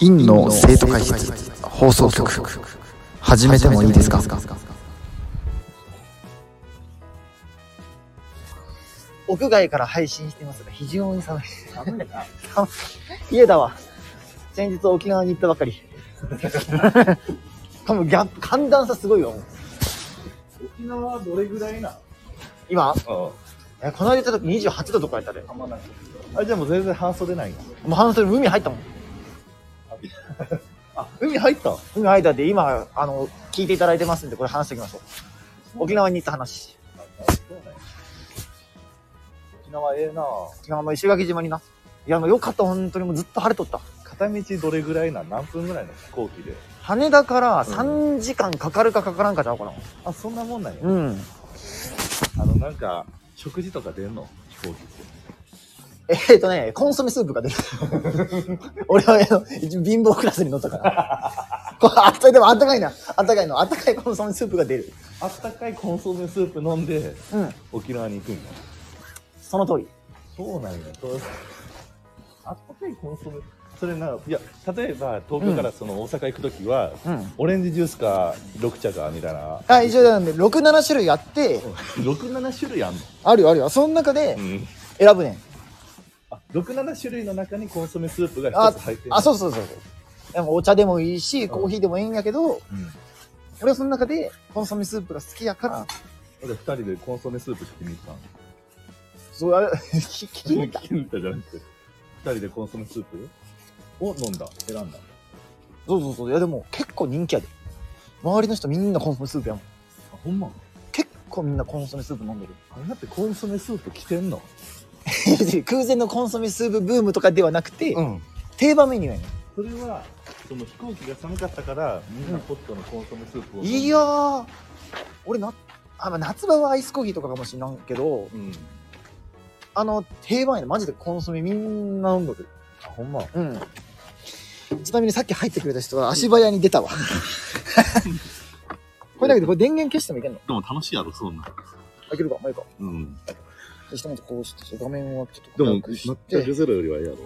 院の生徒会室放送局始めてもいいですか屋外から配信していますが、非常に寒い。寒い家だわ。先日沖縄に行ったばかり。 多分ギャップ、寒暖差すごいわ、もう沖縄はどれぐらいな今、のえこの間行った時28度とかやったで。もあじゃあもう全然半袖ないなう半袖海入ったも ん。あ海入った海入ったんで、今、あの、聞いていただいてますんで、これ話しておきましょう。沖縄に行った話。沖縄ええな沖縄の石垣島にな。いや、もうよかった、本当にもうずっと晴れとった。片道どれぐらいなん何分ぐらいの飛行機で羽田からうん3時間かかるかかからんかちゃうかな。あそんなもんなんやうん。あのなんか食事とか出んの飛行機ってえーっとね、コンソメスープが出る。俺は、あの貧乏クラスに乗ったから。これあったでもあったかいな。あったかいの。あったかいコンソメスープが出る。あったかいコンソメスープ飲んでうん。沖縄に行くんやその通り。そうなんやそうあったかいコンソメそれないや例えば東京からその大阪行く時は、うん。オレンジジュースか緑茶かみたいなあ、以上なんで、6、7種類あって、 67種類あんの、あるよあるよ。その中でうん、選ぶねん。あ67種類の中にコンソメスープがあ一つ入ってる、あ、そうそうそうそう。でもお茶でもいいし、コーヒーでもいいんやけど、うん俺はその中でコンソメスープが好きやから、で2人でコンソメスープしてみたんそう、あれ、 聞きに行った。キンタじゃなくて2人でコンソメスープを飲んだ選んだそうそうそう。いやでも結構人気やで。周りの人みんなコンソメスープやもん。あほんま結構みんなコンソメスープ飲んでる。あれだってコンソメスープ着てんの 空前のコンソメスープブームとかではなくて、ん定番メニューやねそれはその飛行機が寒かったからみんなホットのコンソメスープをんいやー俺なあ、まあ、夏場はアイスコーヒーとかかもしれんけどうんあの定番やねマジでコンソメみんな飲んどるあほんまうんちなみにさっき入ってくれた人は足早に出たわ これだけどこれ電源消してもいけんのでも楽しいやろそんなあいけるかまあいいかうんでひとまずこうして画面をちょっでとも暗くし抹茶てゼロよりはいいやろ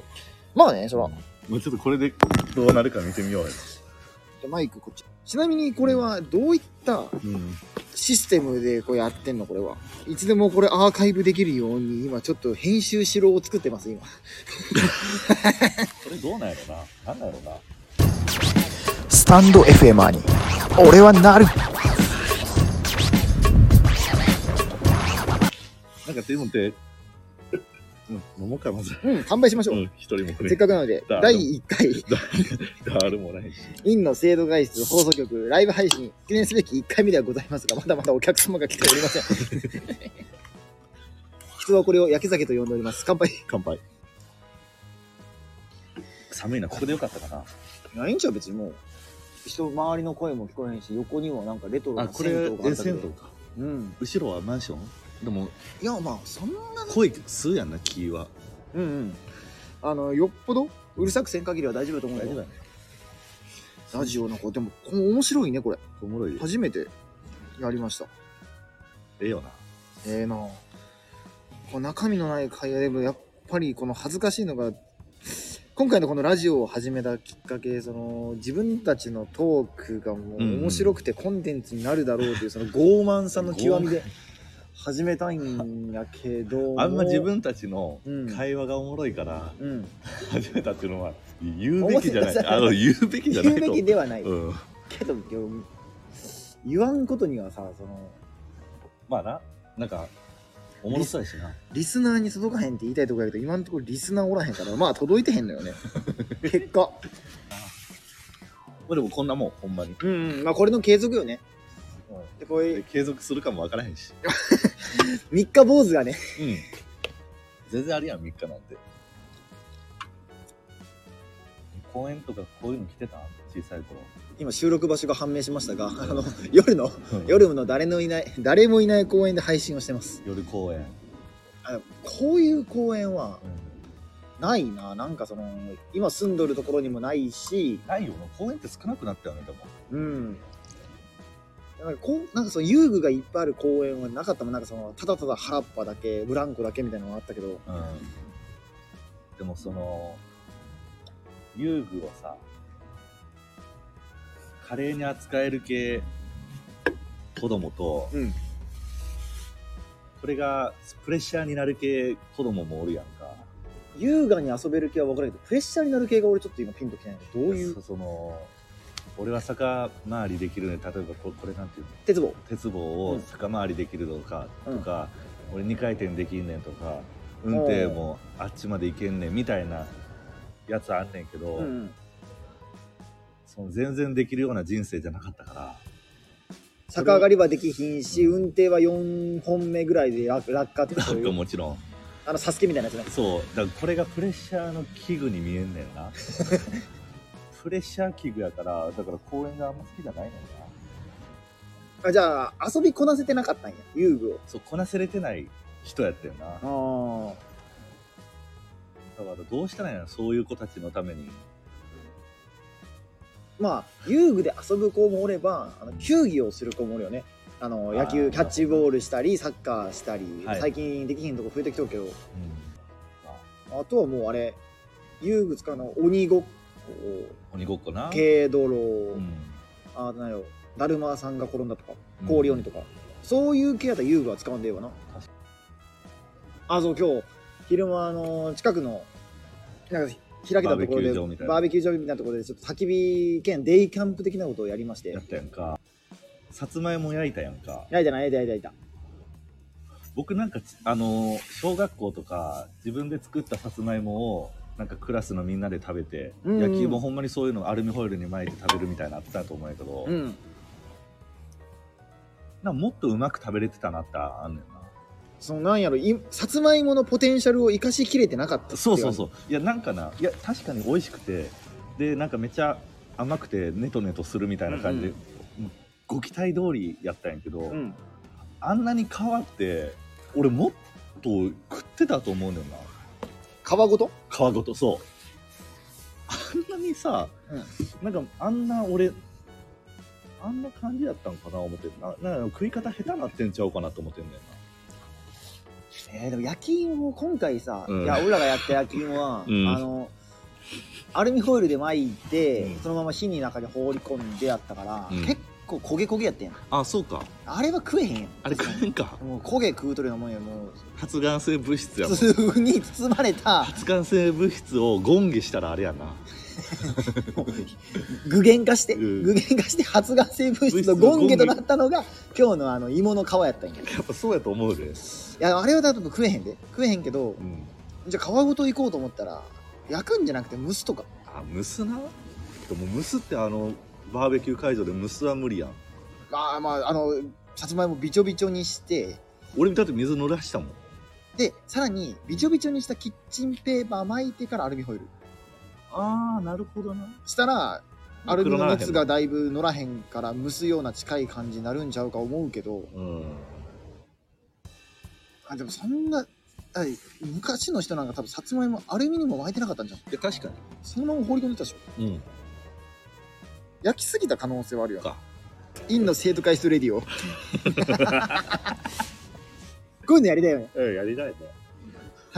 まあねそらもうちょっとこれでどうなるか見てみようよでマイクこっちちなみにこれはどういったうんシステムでこうやってんのこれはいつでもこれアーカイブできるように今ちょっと編集しろを作ってます今これどうなんやろななんだろうなスタンド FMR に俺はなるなんかでもって、うん、飲もうか、まず。うん乾杯しましょうう、ん、一人もくれ。せっかくなのでだ第1回ガールもないし。院の制度外出放送局ライブ配信記念すべき1回目ではございますがまだまだお客様が来ておりません 人はこれを焼け酒と呼んでおります乾杯乾杯。寒いな、ここでよかったかいやいいんちゃう別にもう人周りの声も聞こえへんし横にはなんかレトロな。あ、なこ銭れ、湯があえ、ったけ銭ど湯か。うん後ろはマンションでも、いやまあそんな声吸うやんな、木は。うんうんあのよっぽどうるさくせん限りは大丈夫だと思うよ大丈夫だね。ラジオの子、でも、この面白いね、これ。おもろいよ。初めてやりました。ええよな。ええなぁこう中身のない会話でも、やっぱりこの恥ずかしいのが、今回のこのラジオを始めたきっかけ、その自分たちのトークがもううんうん面白くてコンテンツになるだろうという、その傲慢さの極みで始めたいんやけど。あんま自、分たちのうん会話がおもろいから、 うん、始めたっていうのは、言うべきじゃな面い。白いあの、言うべきじゃな言いうべと。きではない。うん。けど、でも言わんことにはさ、その、まあな、なんか、おもろそうやしな。リスナーに届かへんって言いたいとこやけど、今のところリスナーおらへんから、まあ届いてへんのよね。結果。まあでもこんなもん、ほんまに。うん、うん、まあこれの継続よね。うで、こういんう、継続するかもわからへんし。三日坊主がね、うん。全然あるやん、3日なんて。公園とかこういうの来てた小さい頃。 今収録場所が判明しましたが、あの、夜の、夜の誰のいない、誰もいない公園で配信をしてます。夜公園。あこういう公園はないな。なんかその、今住んどるところにもないし、ないよな。公園って少なくなったよね、でも。うん。なんかこうなんかその遊具がいっぱいある公園はなかったもんなんかそのただただ原っぱだけブランコだけみたいなのがあったけどうん。でもその、遊具をさ、カレーに扱える系子供と、うんこれがプレッシャーになる系子供もおるやんか。優雅に遊べる系は分かるけどプレッシャーになる系が俺ちょっと今ピンときてないどういうそその俺は逆回りできるね例えばここれなんていうの鉄棒鉄棒うをん逆回りできるのかうんとか、俺2回転できんねんとか運転もあっちまで行けんねんみたいなやつあんねんけど、うんその全然できるような人生じゃなかったから逆上がりはできひんしうん運転は4本目ぐらいで落落下ってそうい僕はうもちろんあのサスケみたいなやつねそうだからこれがプレッシャーの器具に見えんね んなプレッシャー器具やからだから公園があんま好きじゃないねんなあじゃあ遊びこなせてなかったんや遊具そうこなせれてない人やってんなをああだからどうしたらいいのそういう子たちのためにまあ遊具で遊ぶ子もおればあの球技をする子もおるよねあのあー野球キャッチボールしたりサッカーしたり、はい最近できひんとこ増えてきとるけどまああとはもうあれ遊具使うの鬼ごっこ鬼ごっこな、軽泥、うんあなんやろだるまさんが転んだとか氷鬼とか、そういう系やったら遊具は使うんでええわな確あそう今日昼間あの近くのなんか開けたところでバーベキュー場みたいなバーベキュー場みたいなところでちょっと焚き火兼デイキャンプ的なことをやりましてやったやんかさつまいも焼いたやんかやいたなやいたやいたやいた僕なんかちあのー小学校とか自分で作ったさつまいもをなんかクラスのみんなで食べて、うんうん野球もほんまにそういうのをアルミホイルに巻いて食べるみたいなのあったと思うんやけど、うんなんかもっとうまく食べれてたなってあんねんなそのなんやろいさつまいものポテンシャルを生かしきれてなかったそうそうそうういやなんかないや確かに美味しくてでなんかめっちゃ甘くてネトネトするみたいな感じで、うんご期待通りやったんやけど、うんあんなに変わって俺もっと食ってたと思うねんだよな皮ごと皮ごとそうあんなにさ、なんかあんな俺あんな感じだったんかな思ってななんか食い方下手なってんちゃうかなと思ってんだよえー、でも焼き芋も今回さ、うんいや俺らがやった焼き芋は、 うんあのアルミホイルで巻いて、うんそのまま火の中に放り込んでやったから、うん結構焦げ焦げやってんなあそうかあれは食えへんやんあれ食えんかもう焦げ食うとるようなもんやもう発がん性物質やもん筒に包まれた発がん性物質をゴンゲしたらあれやな具現化して、うん具現化して発がん性物質のゴンゲとなったのが今日のあの芋の皮やったんやいやっぱそうやと思うで、やあれはだと食えへんで食えへんけどうん、じゃあ皮ごといこうと思ったら焼くんじゃなくて蒸すとかあ蒸すなでも蒸すってあのバーベキュー会場で蒸すは無理やんあーまああのさつまいもびちょびちょにして俺だって水濡らしたもんでさらにびちょびちょにしたキッチンペーパー巻いてからアルミホイルああなるほどなしたらアルミの熱がだいぶ乗らへんから蒸すような近い感じになるんちゃうか思うけどうんあでもそんなあ昔の人なんか多分さつまいもアルミにも巻いてなかったんじゃんいや確かそのまま放り込んでたでしょにうん焼きすぎた可能性はあるよかインの生徒会室レディオ こういうのやりたいよねうんやりたいね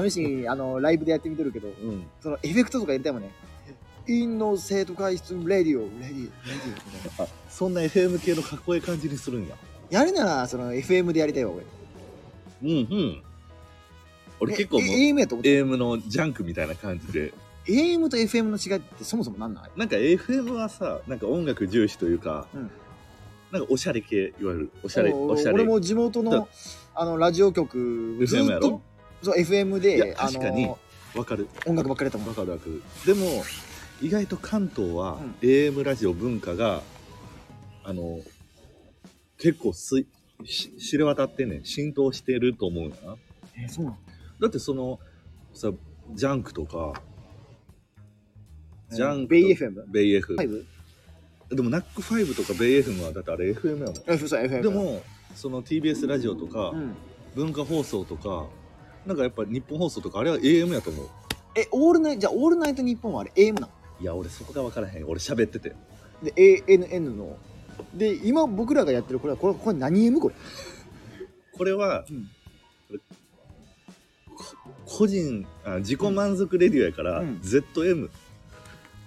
試しにあのライブでやってみてるけどうんそのエフェクトとかやりたいもんね。インの生徒会室レディオ、レディオ、レディオみたいあそんな FM 系のかっこいい感じにするんやな。やるなら、その FM でやりたいわ、俺。うんうん俺え結構もうえ AM やと思って。 AM のジャンクみたいな感じで AM と FM の違いってそもそもなんないなんか FM はさなんか音楽重視というか、うんなんかおしゃれ系いわゆるおしゃれおおしゃれ俺も地元だのあのラジオ局、ず FM やっとろそう FM いでやあ確かにのわかる音楽ばっかりだったもんわ。かるわかるでも意外と関東はうん AM ラジオ文化が、あの結構すいし知れ渡ってね浸透してると思うよなえーそうなのだってそのさジャンクとかジャンクベイ FM? ベイ f 5? でもナックファイブとかベイ FM はだってあれ FM やもんえそうそう FM。で、もその TBS ラジオとか、うん、文化放送とかなんかやっぱ日本放送とかあれは AM やと思うえ、オールナイト、じゃあオールナイト日本はあれ AM なのいや俺そこが分からへん俺喋っててで、ANN の。で、今僕らがやってるこれは、これこれ何 M これこれは、うんこ個人あ自己満足レディオやから、うん ZM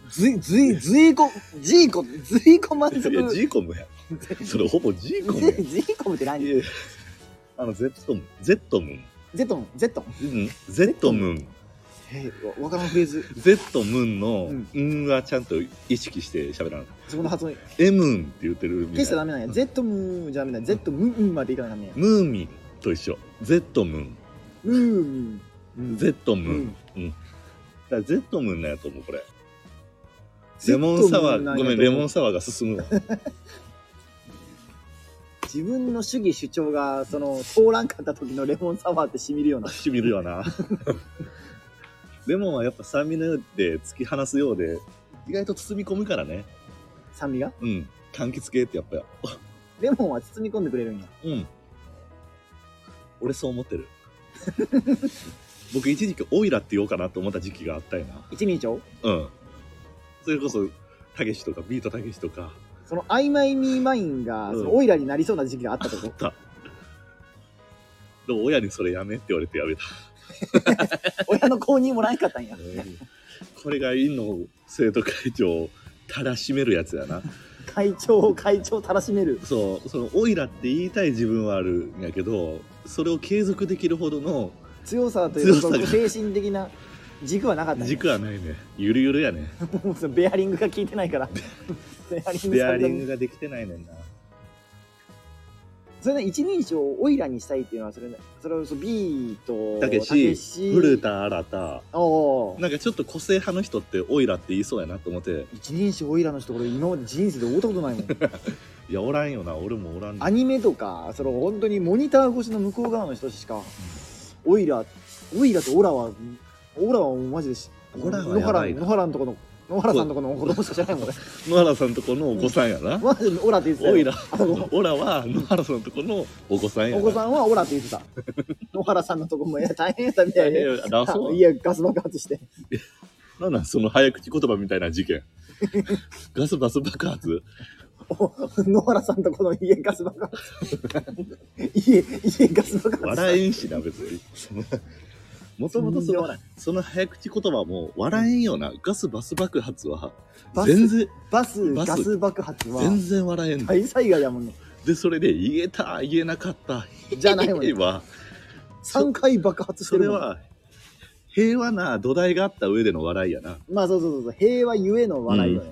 ずい、ずい、ずいこ、ずいこ、ずいこ満足。いや、ジーコムや。それほぼジーコムや。ずいこむって何いやあの、ゼットム、ゼットムン。ゼットン、ゼットン。うん、ゼットムン。えー、わわからんフレーズ。ゼットムンの、うんうんはちゃんと意識して喋らなかっそこの発音、た。エムンって言ってるみ消したらたダメい。なんや。ゼットムーじゃダメなんや。ゼットムーンまでいかないダメや。ムーミンと一緒。ゼットムムーミン。ン。ゼットトムン。だン。からゼットムンなんやと思う、これ。ゼレットムモーンサワなやー、ごめん、とレモンサワーが進むわ。自分の主義主張が、その、通らんかった時のレモンサワーって染みるような。しみるよな。 レモンはやっぱ酸味のようで突き放すようで、意外と包み込むからね。酸味が。うん。柑橘系ってやっぱ、レモンは包み込んでくれるんや。うん。俺そう思ってる。 僕一時期オイラって言おうかなと思った時期があったよな。一人称うん。それこそ、たけしとか、ビートたけしとか、その、曖昧ミーマインが、うんそのオイラになりそうな時期があったこと。 でも親にそれやめって言われてやめた。親の公認もらえんかったんや。 これが院の生徒会長をたらしめるやつやな。会長を会長たらしめる。そう、その、オイラって言いたい自分はあるんやけど、それを継続できるほどの強さという強さかが精神的な軸はなかったんや軸はないね。ゆるゆるや ね。もうそのベアリングが効いてない からベアリングされベたアリングができてないねんな。それね一人称をオイラにしたいっていうのはそれねそれをそのビーとたけし古田新太。おおーなんかちょっと個性派の人ってオイラって言いそうやなと思って、一人称オイラの人これ今まで人生で会ったことない もんいや、おらんよな、俺もおらんねアニメとかその本当にモニター越しの向こう側の人しかオイラオイラとオラはオラはもうマジでしオラはやばい野原な野原のとこの野原さんのとこの子供しか知らないもん 俺野原さんとこのお子さんやな。マジでオラって言ってたよオイラあの、オラは野原さんとこのお子さんやおな。子さんはオラって言 ってた野原さんのとこもいや大変だみたいいで やいや、だそういや、ガス爆発して。なんなんその早口言葉みたいな事件。 ガスバス爆発お野原さんとこの家ガス爆発。 家、家ガス爆発。笑えんしな、別に。もともとそとんでものないその早口言葉も笑えんよな。ガスバス爆発はバ、ス全然、バス、バスガス爆発は、全然笑えん。大災害やもんね。で、それで言えた、言えなかった、じゃないもんね 言え。ば、 3回爆発しそてるれもん。は平和な土台があった上での笑いやな。まあそうそうそうそう、平和ゆえの笑いよね。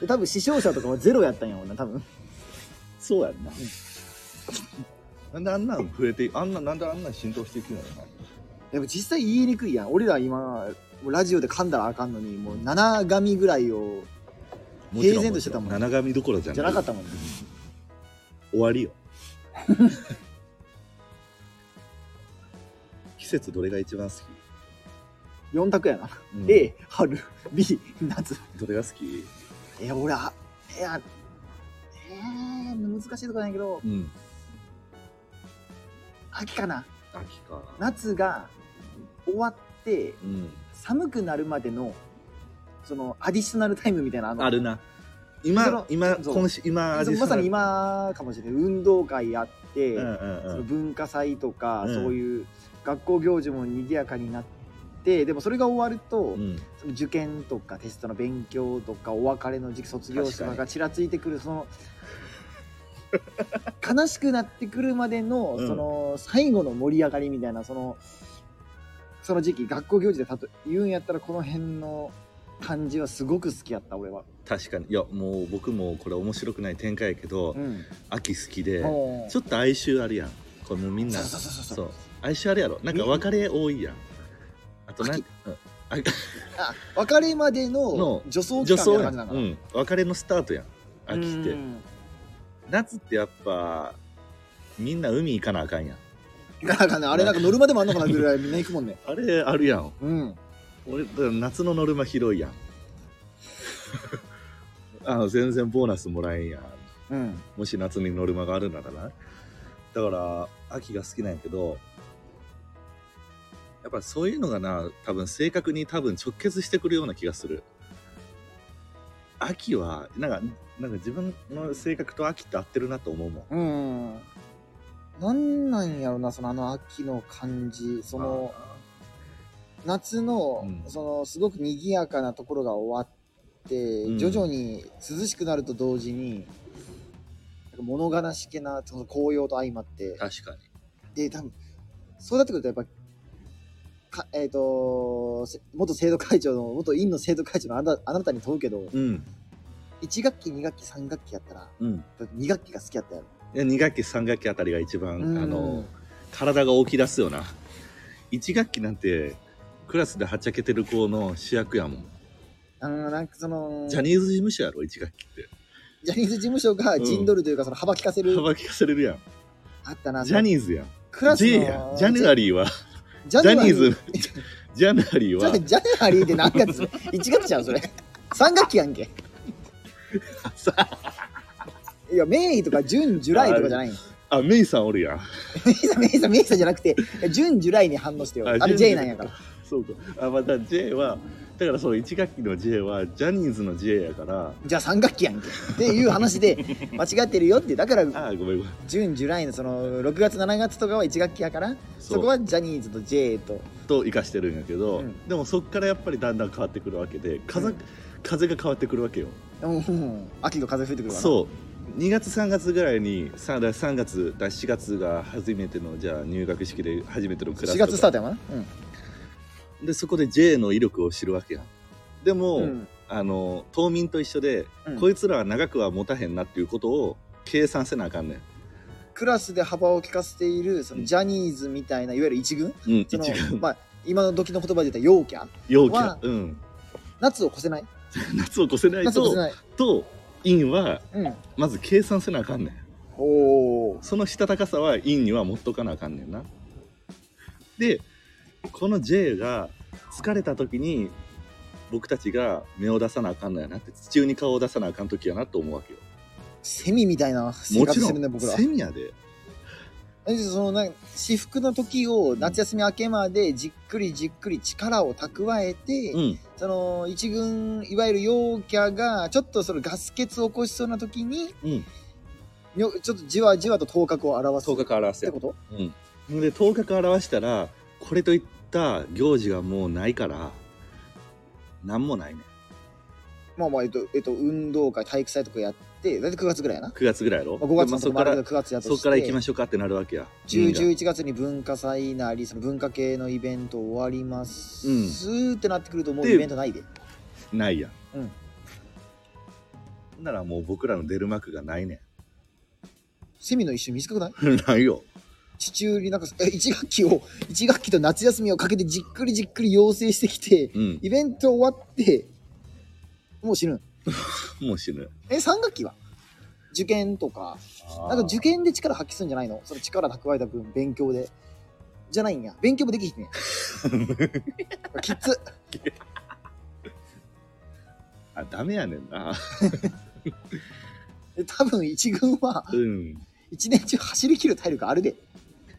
で多分死傷者とかはゼロやったんやもんな、多分。そうやんな。なんであんなん増えて、あんな、なんであんなん浸透していくのよな。でも実際言いにくいやん。俺ら今、ラジオで噛んだらあかんのに、もう七紙ぐらいを平然としてたもんね。七神どころじゃ。じゃなかったたもんね。終わりよ。 季節どれが一番好き、 4択やな。うん A、春、B、夏。どれが好きいや、俺は、いや、えー、難しいとこなんやけど、うん。秋かな。秋か。夏が終わって、うん。寒くなるまでの、その、アディショナルタイムみたいな、あの、あるな。そ今の、今、そう今週、今、そ味うしまさに今かもしれない。運動会やって、うんうんうそのん。文化祭とか、うんそういう学校行事も賑やかになって、でもそれが終わると、うん、その受験とかテストの勉強とかお別れの時期卒業式とかがちらついてくるその悲しくなってくるまでの、うんその最後の盛り上がりみたいなそのその時期学校行事でたと言うんやったらこの辺の感じはすごく好きやった俺は。確かにいやもう僕もこれ面白くない展開やけど、うん、秋好きでもうちょっと哀愁あるやんこれもうみんなそうそうそうそう哀愁あるやろなんか別れ多いやんあとなんか、あ別れまでのの女う装ん、期女間みたい装なや感ん、じう、なんかなん別れのスタートやん秋ってうん夏ってやっぱみんな海行かなあかんやんなんかねあれなんか乗るまでもあんのかなぐらいみんな行くもんね。あれあるやんうん、俺だから夏のノルマ広い やんあの全然ボーナスもらえんやんうん、もし夏にノルマがあるならな。だから、秋が好きなんやけど、やっぱそういうのがな、多分正確に多分直結してくるような気がする。秋は、なんか、なんか自分の性格と秋って合ってるなと思うもん。うん。なんなんやろな、そのあの秋の感じ。その夏の、うんそのすごく賑やかなところが終わっってうん徐々に涼しくなると同時に、なんか物悲しげなその紅葉と相まって確かに。で多分そうなってくるとやっぱかえっ、とせ元生徒会長の元院の生徒会長のあなたあなたに問うけどうん。 1学期2学期3学期やったらうん。 2学期が好きやったやろ2学期、3学期あたりが一番、うんあの、体が起き出すよな。1学期なんて、クラスではっちゃけてる子の主役やもん。あのなんかそのジャニーズ事務所やろ、1学期って。ジャニーズ事務所が陣取るというか、その幅利かせる、幅利かされるやん。あったな。ジャニーズやん。クラス J やのん。ジャネラリーは、ジャジャニージズ、 ジャネラリーャはニ、ジャネラリーって何月 ?1 月ちゃうそれ。3学期やん け。いや、メイとかジュン、ジュライとかじゃないん。あ、メイさんおるやん。メイさん、メイさん、メイさんじゃなくて、ジュン、ジュライに反応してよ。あれ J なんやから。。そうか。あ、また J は、だからその1学期の J は、ジャニーズの J やから、じゃあ3学期やんけ。っていう話で、間違ってるよって。だから、あー、ごめんごめん。ジュン、ジュライのその、6月、7月とかは1学期やから、そこはジャニーズと J と。と生かしてるんやけど、うんでもそっからやっぱりだんだん変わってくるわけで風,、うん風が変わってくるわけよ、うん、秋の風吹いてくるわな。そう2月3月ぐらいに 3, 3月だ4月が初めてのじゃあ入学式で初めてのクラ4スとか月スタートやもんな。うん。でそこで J の威力を知るわけやんでも、うんあの島民と一緒で、うんこいつらは長くは持たへんなっていうことを計算せなあかんねん、クラスで幅を利かせているそのジャニーズみたいないわゆる一軍うん、そ一の軍まあ、今の時の言葉で言ったら陽キャ陽気はは、うん、夏を越せない夏を越せない夏を越せとない、と陰はうん、まず計算せなあかんねんおおそのしたたかさは陰には持っとかなあかんねんな。で、この J が疲れた時に僕たちが目を出さなあかんのやなって、地中に顔を出さなあかん時やなと思うわけよ。セミみたいな生もち活しろてるね僕ん、らセミやで。えそのなんか私服の時を夏休み明けまでじっくりじっくり力を蓄えて、うん、その一軍いわゆる陽キャがちょっとそのガス欠を起こしそうな時にうん。にょちょっとじわじわと頭角を表す頭っ角表せてやこ。とうん。で、頭角表したら、これといった行事がもうないから、なんもないね。まあまあえっと、えっと、運動会体育祭とかやって大体9月ぐらいやな9月ぐらいやろ。まあ、5月でのとこまあそこもあかるけど、ら9月やとしてそこから行きましょうかってなるわけや。 10、うん11月に文化祭なり、その文化系のイベント終わります、ってなってくると、もうでイベントないで。ないやん。うんならもう僕らの出る幕がないねセミの一瞬短くないん。 ないよ。地中になんか、え、1学期を、1学期 と夏休みをかけてじっくりじっくり養成してきて、うん。イベント終わって、もう死ぬ。もう死ぬ。え、3学期は受験とか、なんか受験で力発揮するんじゃないのその力蓄えた分、勉強で。じゃないんや。勉強もできひんね ん。きつ。あダメやねんな。で多分一軍は、うん。一年中走り切る体力あるで。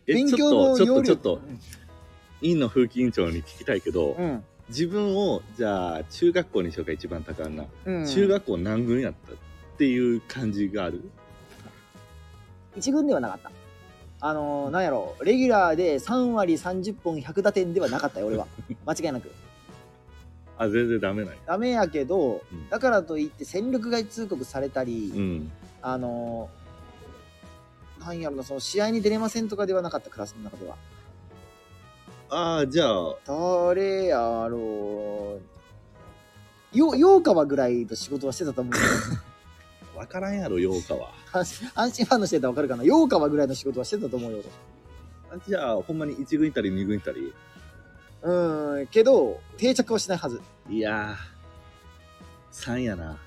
え勉強のちょっ要領とちょっとちょっと、委員の風紀委員長に聞きたいけど、うん。自分をじゃあ中学校にしようか一番高んな、うん、中学校何軍やったっていう感じがある。一軍ではなかった。あのー、なんやろレギュラーで3割30本100打点ではなかったよ、俺 は。間違いなく。あ全然ダメない。ダメやけどうん、だからといって戦力外通告されたり、うん。あのー、なんやろな、その試合に出れませんとかではなかった、クラスの中では。ああじゃあ誰やろう。よ、ようかはぐらいと仕事はしてたと 思うけど。わからんやろ8日は。安心ファンのしてたらわかるかな。ようかはぐらいの仕事はしてたと思うよ。あじゃあほんまに1軍いたり2軍いたり。うーん、けど、定着はしないはず。いやー3やな。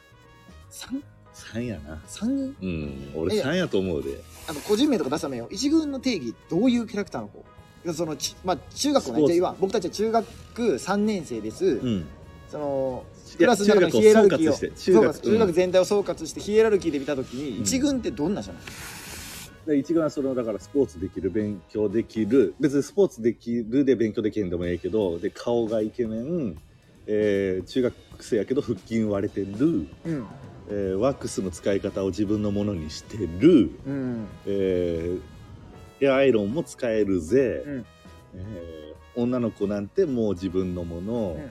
三3やな。三軍うん、え俺3やと思うで。あの個人名とか出すためよ。一軍の定義、どういうキャラクターの子そのちまあ、中学校スポーね、ツじゃあ今僕たちは中学3年生です、うん。そのクいラやスの中のヒエラルキーを中学を総括中して学中学中学全体を総括してヒエラルキーで見たときに、うん一軍ってどんなじゃないで一番そのだからスポーツできる勉強できる別にスポーツできるで勉強できへんでもええけどで顔がイケメン、えー中学生やけど腹筋割れてる、うんえーワックスの使い方を自分のものにしてる、うんえーエアアイロンも使えるぜ、うんえー女の子なんてもう自分のもの、うん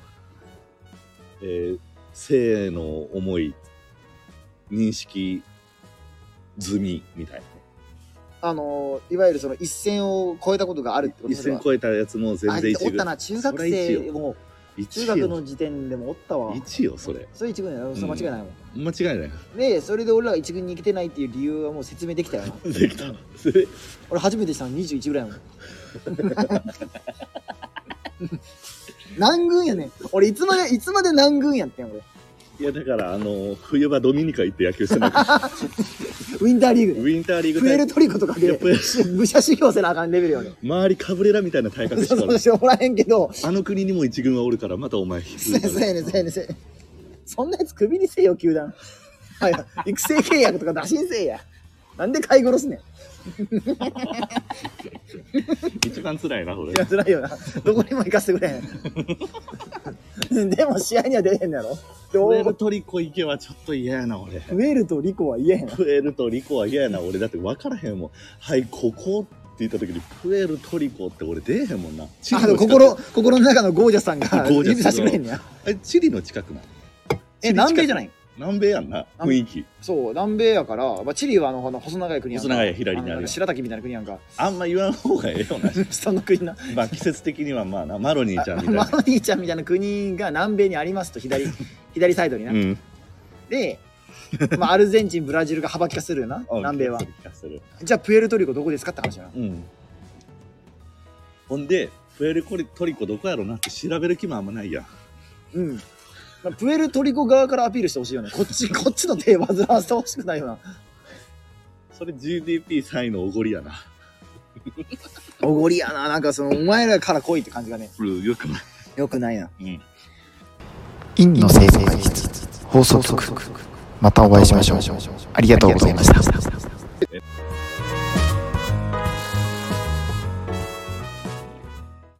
えー性の思い認識済みみたいなねあのーいわゆるその一線を越えたことがあるってこと一それ線は超えたやつも全あ然お一った軍な中学それ一生よも一中学よの時点でもおったわ一よそれそれ一軍やろそれ間違いないもん、間違いないでそれで俺らが一軍に行けてないっていう理由はもう説明で きたよなできたそれ俺初めてしたの21ぐらいやもん何軍やねん俺いつまでいつまで何軍やってん俺いやだからあの冬場ドミニカ行って野 球してなかったウィンターリーウグでィンターリーグプエルトリコとかいやでプエル武者修行せなあかんレベルよね周りカブレラみたいな体格して そうそたうからしてもらえへんけどあの国にも一軍はおるからまたお前 引そうやそうやねんそうやねんそうやねんそんなやつクビにせよ球団はい育成契約とか打診せえやなんで買い殺すねん一番辛いな俺いや辛いよなどこにも行かせてくれへんでも試合には出れへんのやろでプエルおトリコ行けはちょっと嫌やな俺ウェールとリコは言えへんなプエルトリコは嫌やな俺だって分からへんもんはいここって言った時にプエルトリコって俺出えへんもんなチあの近く心心の中の ゴージャスさんがゴージャス指さしてくれへんねやえチリの近くなえ南米じゃないない南米やんな雰囲気そう南米やから、まあ、チリはあのほんの細長い国やんか細長い左にあるのなんか白滝みたいな国やんかあんま言わん方がええよな その国なまあ季節的にはまあなマロニーちゃんみたいマなロニーちゃんみたいな国が南米にありますと左左サイドにな、うんで、まあ、アルゼンチンブラジルが幅利かせるよなあ南米は気がするじゃあプエルトリコどこですかって話やなうんほんでプエルコリトリコどこやろなって調べる気もあんまないやんうん。まあプエルトリコ側からアピールしてほしいよね。こっち、こっちの手煩わせてほしくないよな。それ GDP3 位のおごりやなおごりやな。なんかその、お前らから来いって感じがね。うんよくないよくないな。うん陰の生成会議室放送局またお会いしましょうありがとうございました